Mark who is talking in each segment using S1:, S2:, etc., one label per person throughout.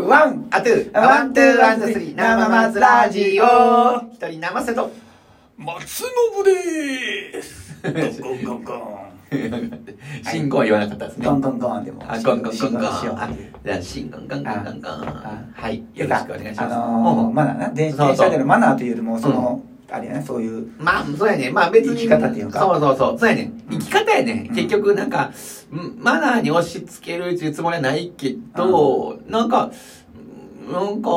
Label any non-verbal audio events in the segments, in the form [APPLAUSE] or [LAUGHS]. S1: ワン、アトゥー、ワン、トゥー、ワン、ツー、スリー、生松ラジオ。一人生
S2: [LAUGHS]
S1: 瀬戸。
S3: 松信
S1: [LAUGHS]
S3: です。ゴンゴンゴンゴン。
S2: 新婚は言わなかったですね。
S1: ゴンゴンゴンでも。
S2: あ、ゴンゴンゴンゴン。
S1: しよう。
S2: あ、じゃあ、新婚ゴンゴンゴンゴン
S1: あ。
S2: はい。よろしくお願いします。
S1: あのー、マナーな。電
S2: そうそう
S1: 電車でのマナーというよりも、その、あれやね、そういう。
S2: まあ、そうやね。まあ別に。
S1: 生き方っていうか
S2: そうそうそう。そうやね。生き方やね。
S1: うん
S2: 結局なんか、うんマナーに押し付けるっていうつもりはないけど、なんか、なんか、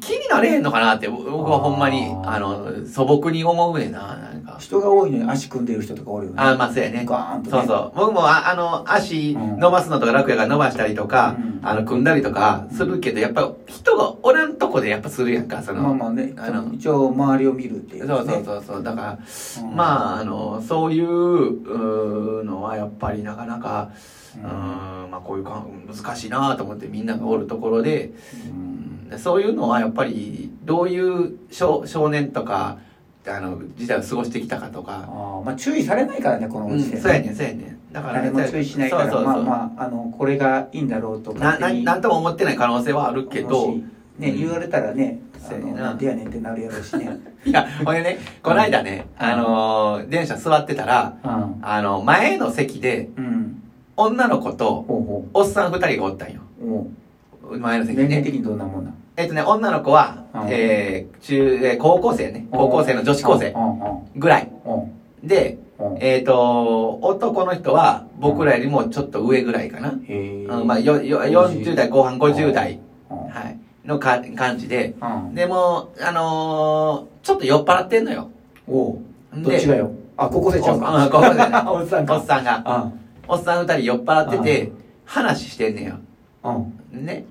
S2: 気になれへんのかなって、僕はほんまに、
S1: あー
S2: あの、素朴に思うねんな。なんか。
S1: 人が多いのに足組んでる人とかおるよね。
S2: あーまあそうやね
S1: ガーンとね。
S2: そうそう。僕も、ああの、足伸ばすのとか楽やから伸ばしたりとか、
S1: うん
S2: あの、組んだりとかするけど、やっぱ人がおらんとこでやっぱするやんか、その。
S1: まあまあね
S2: あの、
S1: 一応周りを見るってい
S2: そうう
S1: ね。
S2: そうそうそう。だから、
S1: うん
S2: まあ、あの、そういううーのはやっぱりなかなか、う
S1: う
S2: ー
S1: ん
S2: ん、まあこういうかん難しいなと思ってみんながおるところで、
S1: うん
S2: でそういうのはやっぱり、どういう少少年とか、あの、時代を過ごしてきたかと
S1: あ
S2: か、
S1: ーまあ注意されないからね、この
S2: う
S1: お
S2: ん、
S1: 店。
S2: そうやねん、そうやねん。だから、
S1: 誰も注意しないから、
S2: そうそう
S1: ま
S2: そ
S1: あ
S2: う。
S1: まあ、あの、これがいいんだろうと
S2: な、
S1: か。
S2: な、なんとも思ってない可能性はあるけど、、
S1: ね、
S2: うん
S1: 言われたらね、あ
S2: そうや
S1: の、
S2: ねんな
S1: なんでやねんってなるやろうしね。
S2: [LAUGHS] いや、俺ね、この間ね、
S1: うん
S2: あのー電車座ってたら、
S1: うん。
S2: あの、前の席で、
S1: うん。
S2: 女の子と、
S1: ほうほ
S2: おっさん二人がおったんよ。
S1: う。おう
S2: 前の席
S1: 年
S2: に
S1: 齢
S2: ね。
S1: 的にどんなもんな
S2: えっとね、女の子は
S1: うん、
S2: えー、中、えー高校生ね。高校生の女子高生
S1: うんうん
S2: ぐらい。
S1: うん
S2: で、
S1: うん。
S2: えっ、と、男の人は、僕らよりもちょっと上ぐらいかな。
S1: へ
S2: うん、まあ、よ、よ、40代後半、50代、
S1: うん
S2: はい、のか感じで。
S1: うん。
S2: でも、あのーちょっと酔っ払ってんのよ。
S1: おう。
S2: で
S1: どっちがよ。あ、高校生ちゃう
S2: おうん高校生じゃな
S1: か。おっさん
S2: お
S1: か
S2: っ。さんが。
S1: あ、
S2: おっさん二人酔っ払ってて
S1: う、
S2: 話してんねんよ。
S1: うん。
S2: ね。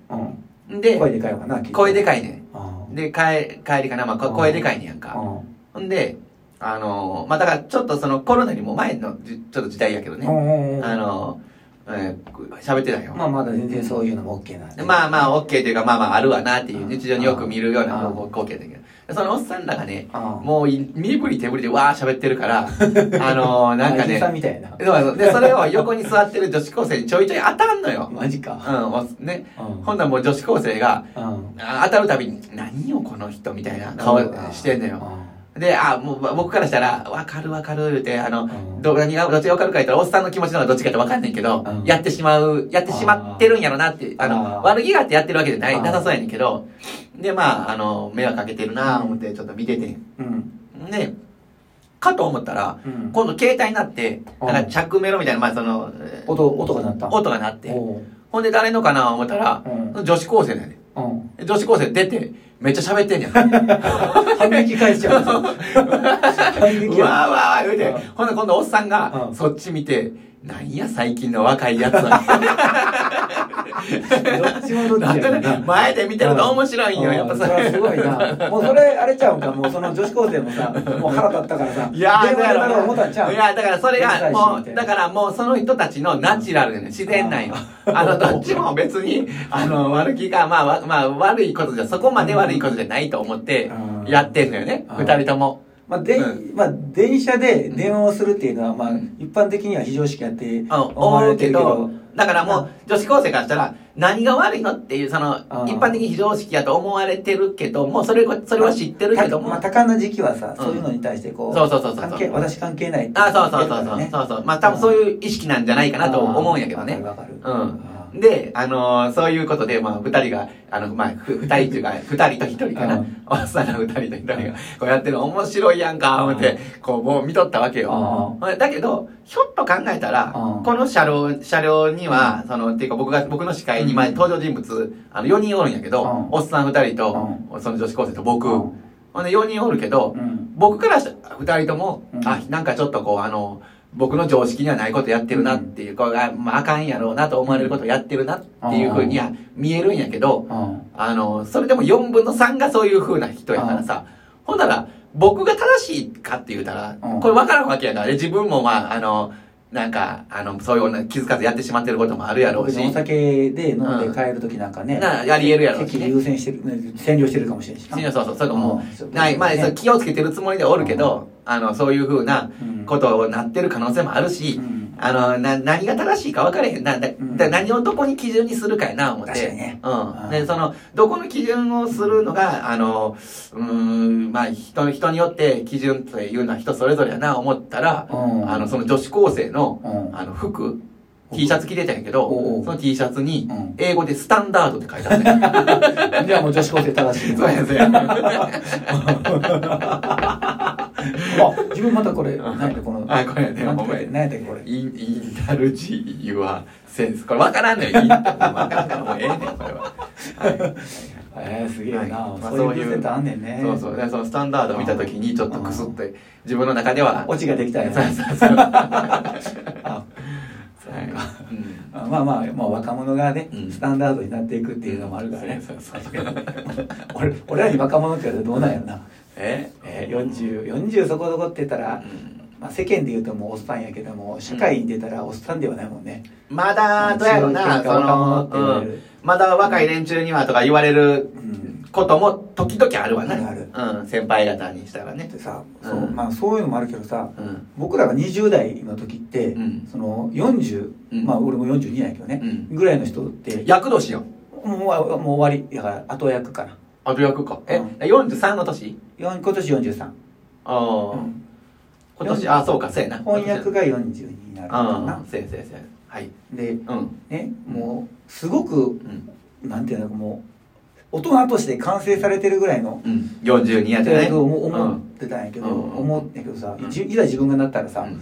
S1: うん。
S2: で、
S1: 声でかいわかな。
S2: 声で
S1: い。
S2: かいね
S1: あ
S2: ん。で、帰、帰りかな。まあ、こ
S1: うん
S2: 声でかいねんやん
S1: あ。う
S2: か。
S1: ん。
S2: ほんで、あのー、まあ、だからちょっとそのコロナよりも前のじちょっと時代やけど
S1: う
S2: ね。
S1: んうん。
S2: あのー、えー喋ってたよ。
S1: まあ、まだ全然そういうのも OK なん
S2: で
S1: で。
S2: まあまあ、OK というか、まあまあ、あるわなっていう、
S1: うん
S2: 日常によく見るような
S1: うん
S2: 光光景だけど。そのおっさんらがね、
S1: あ
S2: もうい、身振り手振りでわー喋ってる [LAUGHS] から、あのー、なんか
S1: おじ
S2: ね
S1: さ、んみたいな。
S2: そうそうで、それを横に座ってる女子高生にちょいちょい当たんのよ。
S1: マジ
S2: う
S1: か。
S2: ん、おね。
S1: うん
S2: ほんならもう女子高生が、
S1: うん。
S2: あ当たるたびに、何よこの人みたいな顔してんのよ。で、あ、もうば僕からしたら、わかるわかる言うて、あ
S1: う
S2: の、
S1: ん。
S2: ど、何が、どっちがわかるか言ったら、おっさんの気持ちの方がどっちかってわかんないけど、
S1: うん
S2: やってしまう、やってしまってるんやろなって、あの、
S1: あー
S2: 悪気があってやってるわけじゃない、
S1: あー
S2: なさそうやねんけど、で、まあ、あの、迷惑かけてるなぁ思って、ちょっと見てて。
S1: うん。
S2: ね、かと思ったら、
S1: うん。
S2: 今度携帯になって、
S1: うん
S2: なんか着メロみたいな、まあその、えー
S1: 音、音が鳴った。
S2: 音が鳴って。
S1: おう
S2: ほんで誰のかな思ったら
S1: う、ん。
S2: 女子高生だよね。
S1: うん。
S2: 女子高生出て、めっちゃ
S1: [LAUGHS]
S2: 喋ってんじゃん。うわ
S1: 反撃返しちゃ
S2: [LAUGHS]
S1: う。反
S2: ー
S1: 撃
S2: わ
S1: や。
S2: ーわー言うて
S1: う。
S2: ほんで今度おっさんが
S1: う、ん
S2: そっち見て、なんや最近の若いや
S1: [LAUGHS]
S2: つは。
S1: どっちもどっちやもん
S2: なんか
S1: な
S2: ね。 [LAUGHS] 前で見てると面白いんよ、やっぱ
S1: それはすごいな。もうそれあれちゃうんか、もうその女子高生もさ、もう腹立ったからさ、
S2: いやー、
S1: 電
S2: だ
S1: 話で
S2: か
S1: なろう思った
S2: ら、
S1: んちゃう、
S2: いや、だからそれが、もう、だかららもうその人たちのナチュラルでね、自然なんよ。あの、どっちも別に、あの、悪気が、まあ、わまあ、悪いことじゃ、そこまで悪いことじゃないと思って、やってんのよね、
S1: うん
S2: 二人とも。
S1: まあ、で、
S2: う
S1: まあ、電車で電話をするっていうのは、まあ
S2: うん、
S1: 一般的には非常識やって
S2: うん、
S1: 思わ
S2: 思
S1: れ
S2: う
S1: て
S2: け
S1: るけど
S2: ど、、だからもう、女子高生からしたら、何が悪いのっていう、その、
S1: ん
S2: 一般的に非常識やと思われてるけども、それこ、それは知ってるけど
S1: まあ、
S2: も、
S1: 多感な時期はさ、
S2: うん
S1: そういうのに対してこう、
S2: そうそうそうそう
S1: 関係私関係ないって
S2: あ、そうそうそ
S1: 言
S2: うそ
S1: っ
S2: う、
S1: てるか
S2: そうそう。まあ、多分そういう意識なんじゃないから
S1: ね
S2: なと思うんやけどね。
S1: わかるわか
S2: う
S1: る。
S2: ん。で、あのーそういうことで、まあ、二人が、あの、まあ、ふ二人っていうか、二人と一人か
S1: う。
S2: なんおっさんの二人と一人が、こうやってるの面白いやんか、思って、こう、もう見とったわけよ。だけど、ひょっと考えたら
S1: うん、
S2: この車両、車両には、その、っていうか僕が、僕の視界に、まあ、
S1: うん
S2: 登場人物、あの、四人おるんやけど
S1: うん、
S2: おっさん二人と、その女子高生と僕。
S1: う
S2: ほんで、四人おるけど
S1: ん。う、ん。
S2: 僕からしたら、二人とも
S1: う、ん
S2: あ、なんかちょっとこう、あの、僕の常識にはないことやってるなっていう、これが、まあ、あかんやろうなと思われることやってるなっていうふうには見えるんやけど、
S1: うん。
S2: あの、それでも4分の3がそういうふうな人やからさ、ほんなら、僕が正しいかって言うたら
S1: うん、
S2: これ分からんわけやからね、自分もまあ、あの、なんか、あの、そういう女気づかずやってしまってることもあるやろうし、
S1: お酒で飲んで帰るときなんかね。
S2: なやり得るやろうし
S1: 席
S2: ね
S1: 優先してる、ね占領してるかもしれんしな。
S2: そうそうそう、そういうのも、
S1: うん
S2: ない、まあ、
S1: ね
S2: そう気をつけてるつもりでおるけど、あの、そういうふうな
S1: うん
S2: ことをなってる可能性もあるし、
S1: うん
S2: あの、な、何が正しいか分からへん。な、だ、
S1: うん
S2: だ何をどこに基準にするかやな、思って。
S1: 確かにね
S2: う。
S1: うんん
S2: で、その、どこの基準をするのが、あの、うーん、まあ、人、人によって基準というのは人それぞれやな、思ったら、
S1: うん
S2: あの、その女子高生の、
S1: うん
S2: あの、服、T シャツ着てたんやけど
S1: おうお、う
S2: その T シャツに
S1: うん、
S2: 英語でスタンダードって書いてあったね。
S1: じゃあもう女子高生正しい
S2: [LAUGHS] そうや、そうや。
S1: [LAUGHS] あ自分またこれ
S2: うん
S1: 何やったこの
S2: あこれね
S1: なん
S2: ほんまや
S1: 何やったっけこれ
S2: イン、インタルジーユアセンス。これ分からんのよ。インタル分からんからもうええねん、これは。はい
S1: えー、すげえな、
S2: はいまあ
S1: そう
S2: そう
S1: い
S2: いう
S1: うセンターあんねんね
S2: そうそう。でそのスタンダード見たときに、ちょっとクスって、自分の中では。
S1: オチができたやつ
S2: そうそうそう。
S1: あ
S2: はいうん
S1: あまあまあ、まあ、若者がね、
S2: うん
S1: スタンダードになっていくっていうのもあるからね、
S2: そうそうそう
S1: 俺俺らに若者って言われたらどうなんやろな、
S2: え
S1: えー、40, 40そこそこって言ったら、
S2: うん
S1: まあ、世間で言うともうおっさんやけども社会に出たらおっさんではないもんね、
S2: まだ、どうやろうな、そ
S1: 若者
S2: の、
S1: って言わ
S2: う
S1: れる
S2: んまだ若い連中にはとか言われる
S1: うん
S2: ことも時々あるわな。
S1: ある
S2: うん、先輩方にしたらね
S1: で。さそう,、
S2: うん
S1: まあ、そういうのもあるけどさ
S2: うん。
S1: 僕らが20代の時って、
S2: うん
S1: その40、
S2: うん
S1: まあ俺も42やけどね、
S2: う
S1: ぐらいの人って
S2: 役年よ。
S1: もうもうもう終わりだから後役かな
S2: あと役か。え、
S1: うん
S2: 43の年
S1: よん今年43、
S2: ああ、
S1: うん
S2: 今年、あ、そうか、そうやな。
S1: 翻訳が42になるのか
S2: ああ
S1: な、
S2: せやせやせや。はい。
S1: で
S2: うん。
S1: ねもうすごく
S2: うん。
S1: なんていうのかもう大人として完成されてるぐらいの
S2: うん。42や
S1: だ
S2: ったね。
S1: けど思
S2: う
S1: 思っ
S2: ん
S1: てたんやけど、
S2: うん
S1: 思ってんけどさ、
S2: うん
S1: いじいざ自分がなったら
S2: う
S1: さ、
S2: ん。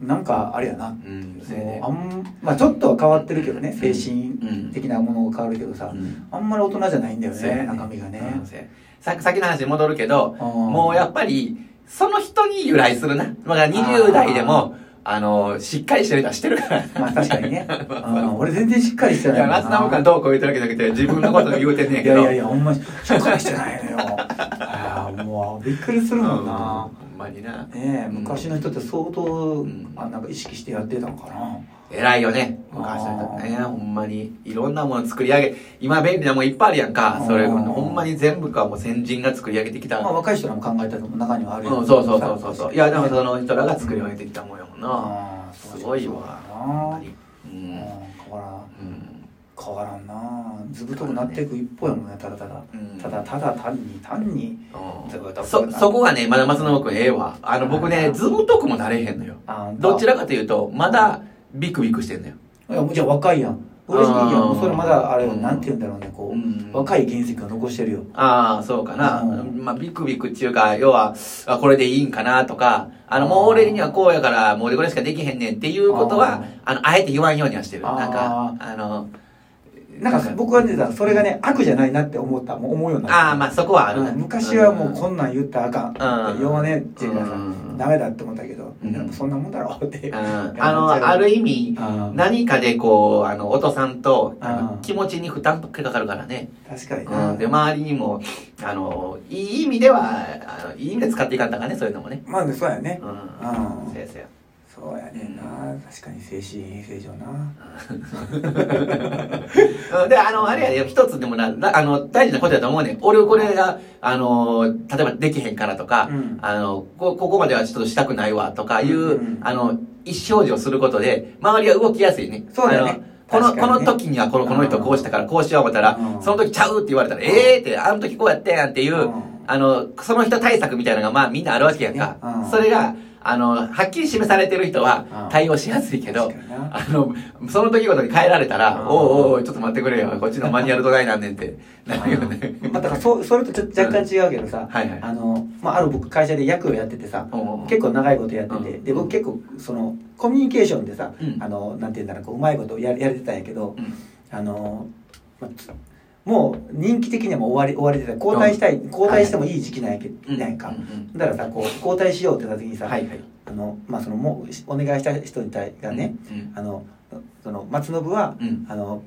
S1: なんかあれやな
S2: うん。せや
S1: も
S2: ね
S1: うあ。んまあちょっとは変わってるけどね
S2: う
S1: 精
S2: ん
S1: 神的なものが変わるけどさ、
S2: うん
S1: あんまり大人じゃないんだよ
S2: せや
S1: ね中身がね、
S2: うんせやささっきの話に戻るけど、も
S1: も
S2: うやっぱり、その人に由来するな。まだ20代でも、あの、しっかりしてる人はしてるから。
S1: まあ確かに
S2: [LAUGHS]
S1: ねうん俺全然しっかりして
S2: い
S1: ない
S2: や、
S1: もんな
S2: 松永君どうこう言ってるわけじゃなくて、自分のこと言うてんねん
S1: い
S2: け
S1: や
S2: ど。
S1: いやいやほんまにしっかりしてないのよああもうびっくりす
S2: う
S1: る
S2: ん、
S1: も
S2: ほ
S1: んなん
S2: まにな。
S1: ねえ
S2: うん
S1: 昔の人って相当、
S2: ん
S1: あなんか意識してやってたのかな
S2: 偉いよね昔の人ね
S1: あー
S2: ほんまにいろんなもの作り上げ今便利なもんいっぱいあるやんかそれ
S1: あー
S2: ほんまに全部かもう先人が作り上げてきた、
S1: まあ、若い人らも考えたのも中にはあるよ
S2: うん、そうそうそうそうそういやでもその人らが作り上げてきたもんやもんな、
S1: ああそう
S2: すごい
S1: そ
S2: わ
S1: うだな
S2: ほんまにう
S1: うん
S2: ん
S1: 変わらん
S2: うん
S1: 変わらんなずぶとくなっていく一方やもんねただただ、
S2: うん
S1: ただただ単に単に
S2: うんそそこがねまだ松信君ええわあの僕ねずぶとくもなれへんのよ
S1: あ
S2: どち
S1: ら
S2: らかというとまだビクビクしてんのよ
S1: いやもうじゃあ若いやん俺いいやん
S2: あー
S1: もうそれまだあれ、
S2: うん
S1: なんて言うんだろうねこう、
S2: うん
S1: 若い原石が残してるよ
S2: ああ、そうかな。
S1: うん
S2: まあ、ビクビクっていうか、要は、あこれでいいんかなとか、あの、もう俺にはこうやから、もう俺これしかできへんねんっていうことは、あの、あえて言わんようにはしてる。
S1: あー
S2: なんか、あの、
S1: なんか僕はねそれがね悪じゃないなって思ったもう思うようになった
S2: ああ、まあそこはあるな
S1: うん昔はもうこんなん言ったらあかん、
S2: うん
S1: 言わねえっていうかさ、
S2: うん
S1: ダメだって思ったけど、
S2: うん
S1: やっぱそんなもんだろうって、
S2: うんあの、ある意味、
S1: うん
S2: 何かでこう、あの、お父さんと、あの
S1: うん
S2: 気持ちに負担ばっかりかかるからね。
S1: 確かにな、
S2: うん。で、周りにも、あの、いい意味では、あのいい意味で使っていかんだからね、そういうのもね。
S1: まあねそうやね、
S2: うん。
S1: うん
S2: せやせや。
S1: そうやねんな確かに精神衛生上な
S2: うんで、あの、あれやで、一つでもな、なあの、大事なことだと思うねん。俺、これが、あの、例えばできへんからとか、
S1: うん
S2: あのこ、ここまではちょっとしたくないわとかいう、
S1: うんうん
S2: あの、意思表示をすることで、周りは動きやすいね。
S1: そうだね
S2: あのこの、
S1: 確
S2: こ
S1: かにね
S2: の時にはこの、この人こうしたから、こうしよう思ったら、
S1: うん
S2: その時ちゃうって言われたら、ええーって、あの時こうやったやんっていう、
S1: うん
S2: あの、その人対策みたいなのが、まあみんなあるわけやんか。
S1: そうねうん
S2: それが、あの、はっきり示されてる人
S1: う
S2: は
S1: ん
S2: 対応しやすいけど
S1: 確かにな、
S2: あの、その時ごとに変えられた
S1: う
S2: ら、
S1: ん
S2: おうおうおうちょっと待ってくれよ、こっちのマニュアルドライなんねんって、なるよね。 [LAUGHS]
S1: まあ、だからそそれとちょっと若干違うけどさ、
S2: はいはい
S1: あのまあ、ある僕会社で役をやっててさ
S2: おうおう
S1: 結構長いことやってて、
S2: うん
S1: で僕結構そのコミュニケーションでさ、
S2: うん
S1: あのなんて言うんだろうこううまいことをややれてたんやけど、
S2: うん
S1: あの、まあつもう人気的にはもう終わり終わりでた交代したい、交代してもいい時期なんやけ、
S2: うん
S1: なんか、
S2: うん
S1: だからさこう交代しようってなった時にさ、
S2: はいはい。
S1: あのまあ、そのもうしお願いした人に対がね、
S2: うん。
S1: あのその松信は
S2: うん。
S1: あの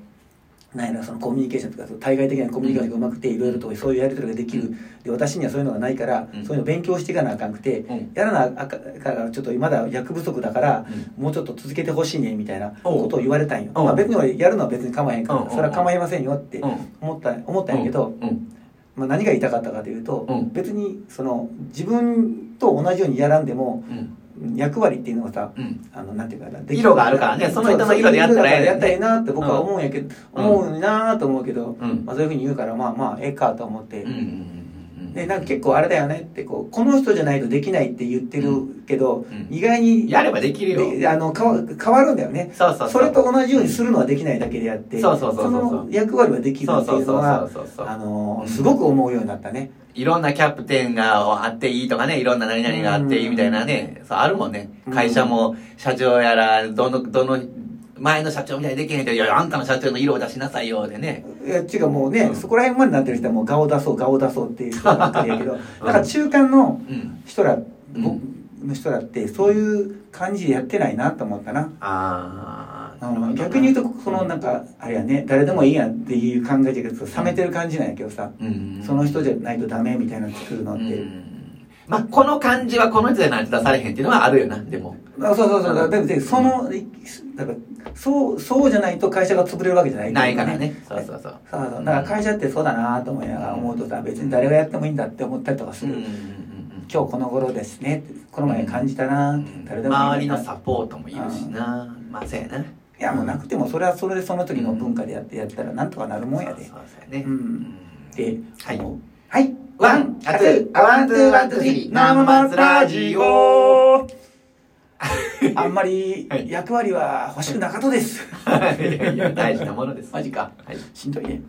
S1: なんやろそのコミュニケーションとかその対外的なコミュニケーションがうまくていろいろとそういうやり取りができる、で私にはそういうのがないから、
S2: うん
S1: そういうの勉強していかなあかんくて、
S2: うん
S1: やらなあかんからちょっとまだ役不足だから、もうちょっと続けてほしいねみたいな
S2: おう
S1: ことを言われたんよ、
S2: うん
S1: まあ、別に俺やるのは別に構えへんから、
S2: うん
S1: それは構いませんよって
S2: うん。
S1: 思った思ったんやけど、
S2: うん。
S1: まあ、何が言いたかったかというと、
S2: うん
S1: 別にその自分と同じようにやらんでも
S2: うん。
S1: 役割っていうのがさ
S2: うん。
S1: あのなんていうかな
S2: 色があるからねその人の
S1: そう
S2: 色でやったらええ
S1: やったらええなって僕は思うんやけど、
S2: うん
S1: 思うなと思うけど、
S2: うん。
S1: まあ、そういうふうに言うからまあまあええかと思って、
S2: うんうんうん。
S1: でなんか結構あれだよねってこうこの人じゃないとできないって言ってるけど、
S2: うん
S1: 意外に
S2: やればできるよ。
S1: であの変わ変わるんだよね
S2: そうそうそう。
S1: それと同じようにするのはできないだけであって
S2: そうそうそうそうそう
S1: の役割はできる
S2: そ
S1: っ
S2: う
S1: て
S2: そ
S1: いううの
S2: そうそ
S1: は
S2: うそうそう
S1: あ。の
S2: うん
S1: すごく思うようになったね、
S2: いろんなキャプテンがあっていいとかね、いろんな何々があっていいみたいなね、そうあるもんね
S1: う。ん
S2: 会社も社長やら、どの、どの、前の社長みたいにできへんけど、いや、あんたの社長の色を出しなさいよ、でね。
S1: いや違うもうね、
S2: うん
S1: そこら辺までなってる人はもう顔出そう顔出そうっていう人ばっかりやけど、なんか中間の
S2: うん。
S1: 人ら、
S2: うん
S1: 僕の人らってそういう感じでやってないなと思ったな、
S2: あ
S1: あ
S2: あ
S1: の逆に言
S2: と、
S1: うとそのなんかあれやね誰でもいいやっていう考えじゃけど冷めてる感じなんやけどさ、
S2: うん。
S1: その人じゃないとダメみたいなの作るの
S2: う
S1: って、
S2: ん。まあ、この感じはこの人じゃないと出されへんっていうのはあるよな、でも。
S1: あそうそうそうだ
S2: うん
S1: だってそのだからそうそうじゃないと会社が潰れるわけじゃない
S2: ないからね。そうそうそう。
S1: そうそうだから会社ってそうだなと思いながら思うとさ別に誰がやってもいいんだって思ったりとかする、
S2: うんうんう
S1: 今
S2: ん
S1: 日この頃ですねってこの前感じたなって誰でもいいんだ
S2: 周りのサポートもいるしな。まあ、そうやな。
S1: いやもうなくてもそれはそれでその時の文化でやってやったらなんとかなるもんやで
S2: そうそうそうやね。
S1: うん
S2: [LAUGHS]
S1: で
S2: はい
S1: もうはい
S2: ワン、アツー、アワン、ツー、ワン、ツー、スリー、生松ラジオ
S1: あんまり
S2: はい
S1: 役割は欲しくなかったです
S2: いやいや大事なものです。
S1: マジか
S2: はい。
S1: しんどいね